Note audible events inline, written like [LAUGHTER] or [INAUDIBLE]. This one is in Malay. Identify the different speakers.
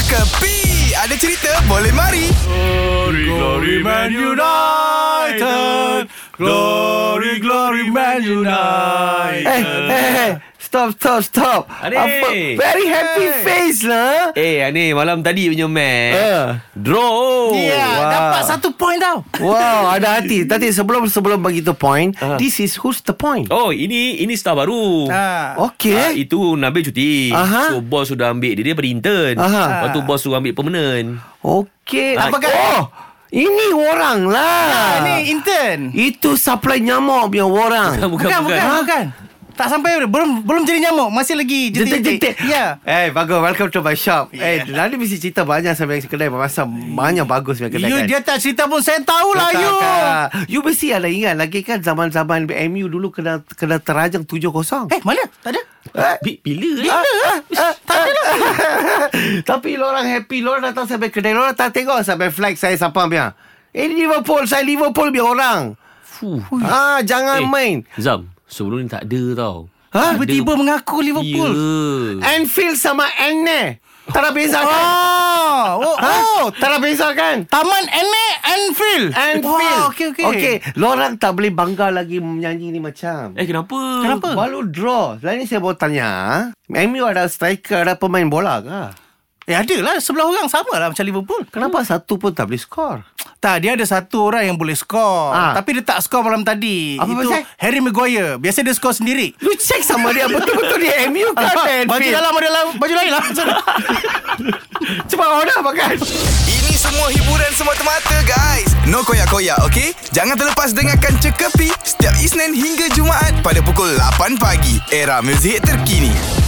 Speaker 1: Kepi Ada cerita boleh mari
Speaker 2: Glory, glory, Man United. Glory, glory, Man United.
Speaker 3: Eh, eh, eh. Stop, stop, stop.
Speaker 2: Adik.
Speaker 3: very happy face lah.
Speaker 2: Eh, ni malam tadi punya match.
Speaker 3: Eh.
Speaker 2: Draw.
Speaker 3: Yeah, Ya, dapat
Speaker 2: satu point tau.
Speaker 3: Wow, ada hati. Tadi sebelum sebelum bagi tu point,
Speaker 2: Ah.
Speaker 3: this is who's the point?
Speaker 2: Oh, ini ini star baru.
Speaker 1: ha.
Speaker 2: Ah,
Speaker 3: Okay.
Speaker 2: itu Nabil cuti
Speaker 3: Aha.
Speaker 2: So bos sudah ambil Dia daripada intern
Speaker 3: Aha.
Speaker 2: Lepas tu bos suruh ambil permanent [LAUGHS]
Speaker 3: Okay.
Speaker 2: Ah,
Speaker 1: apakah-
Speaker 3: Oh, ini orang lah.
Speaker 4: Ni intern.
Speaker 3: Itu supply nyamuk punya orang.
Speaker 2: Bukan,
Speaker 4: Bukan bukan bukan.
Speaker 2: bukan.
Speaker 4: Tak sampai belum belum jadi nyamuk, masih lagi
Speaker 3: Jentik-jentik
Speaker 4: jentik-jentik. Ya.
Speaker 3: Eh bagus Welcome to my shop yeah. Eh Nadi mesti cerita banyak Sampai kedai Masa banyak bagus punya kedai
Speaker 4: You
Speaker 3: kan.
Speaker 4: dia tak cerita pun saya tahu lah
Speaker 3: Tak,
Speaker 4: you.
Speaker 3: tak. You mesti ada ingat lagi kan zaman-zaman MU dulu kena kena terajang 7-0.
Speaker 4: Eh, mana? Tak ada.
Speaker 2: Bi- Bila eh?
Speaker 3: Ah, ah, ah,
Speaker 4: lah.
Speaker 3: ah. [LAUGHS] Tapi lorang happy Lorang datang sampai kedai Lorang tak tengok sampai flag saya siapa punya Eh Liverpool Saya Liverpool punya orang
Speaker 2: Fuh.
Speaker 3: Ah Jangan
Speaker 2: Eh.
Speaker 3: main
Speaker 2: Zam Sebelum ni tak ada tau
Speaker 3: Ha?
Speaker 4: Ah, Tiba-tiba mengaku Liverpool.
Speaker 2: Ya
Speaker 3: Anfield sama Enne Tak ada beza kan
Speaker 4: Oh, oh,
Speaker 3: ha?
Speaker 4: oh.
Speaker 3: Tak ada beza kan
Speaker 4: Taman Ene Anfield.
Speaker 3: Anfield
Speaker 4: Wow, okay, okay.
Speaker 3: Okay Lorang tak boleh bangga lagi Menyanyi ni macam
Speaker 2: Eh kenapa
Speaker 4: Kenapa?
Speaker 3: Baru draw Lain ni saya mau tanya MU ada striker Ada pemain bola ke
Speaker 4: Eh, ada lah. Sebelah orang sama lah macam Liverpool.
Speaker 3: Kenapa satu pun tak boleh skor
Speaker 4: Tak, dia ada satu orang yang boleh skor.
Speaker 3: Ah.
Speaker 4: Tapi dia tak skor malam tadi.
Speaker 3: Apa
Speaker 4: Itu
Speaker 3: pasal?
Speaker 4: Harry Maguire. Biasa dia skor sendiri. Ah,
Speaker 3: Lu check sama dia Betul-betul dia MU kan
Speaker 4: Baju
Speaker 3: Anfield [LAUGHS]
Speaker 4: dalam ada la- baju lain lah.
Speaker 3: Cepat order makan
Speaker 1: Ini semua hiburan semata-mata guys No koyak-koyak ok Jangan terlepas dengarkan Cekapi Setiap Isnin hingga Jumaat Pada pukul 8 pagi Era muzik terkini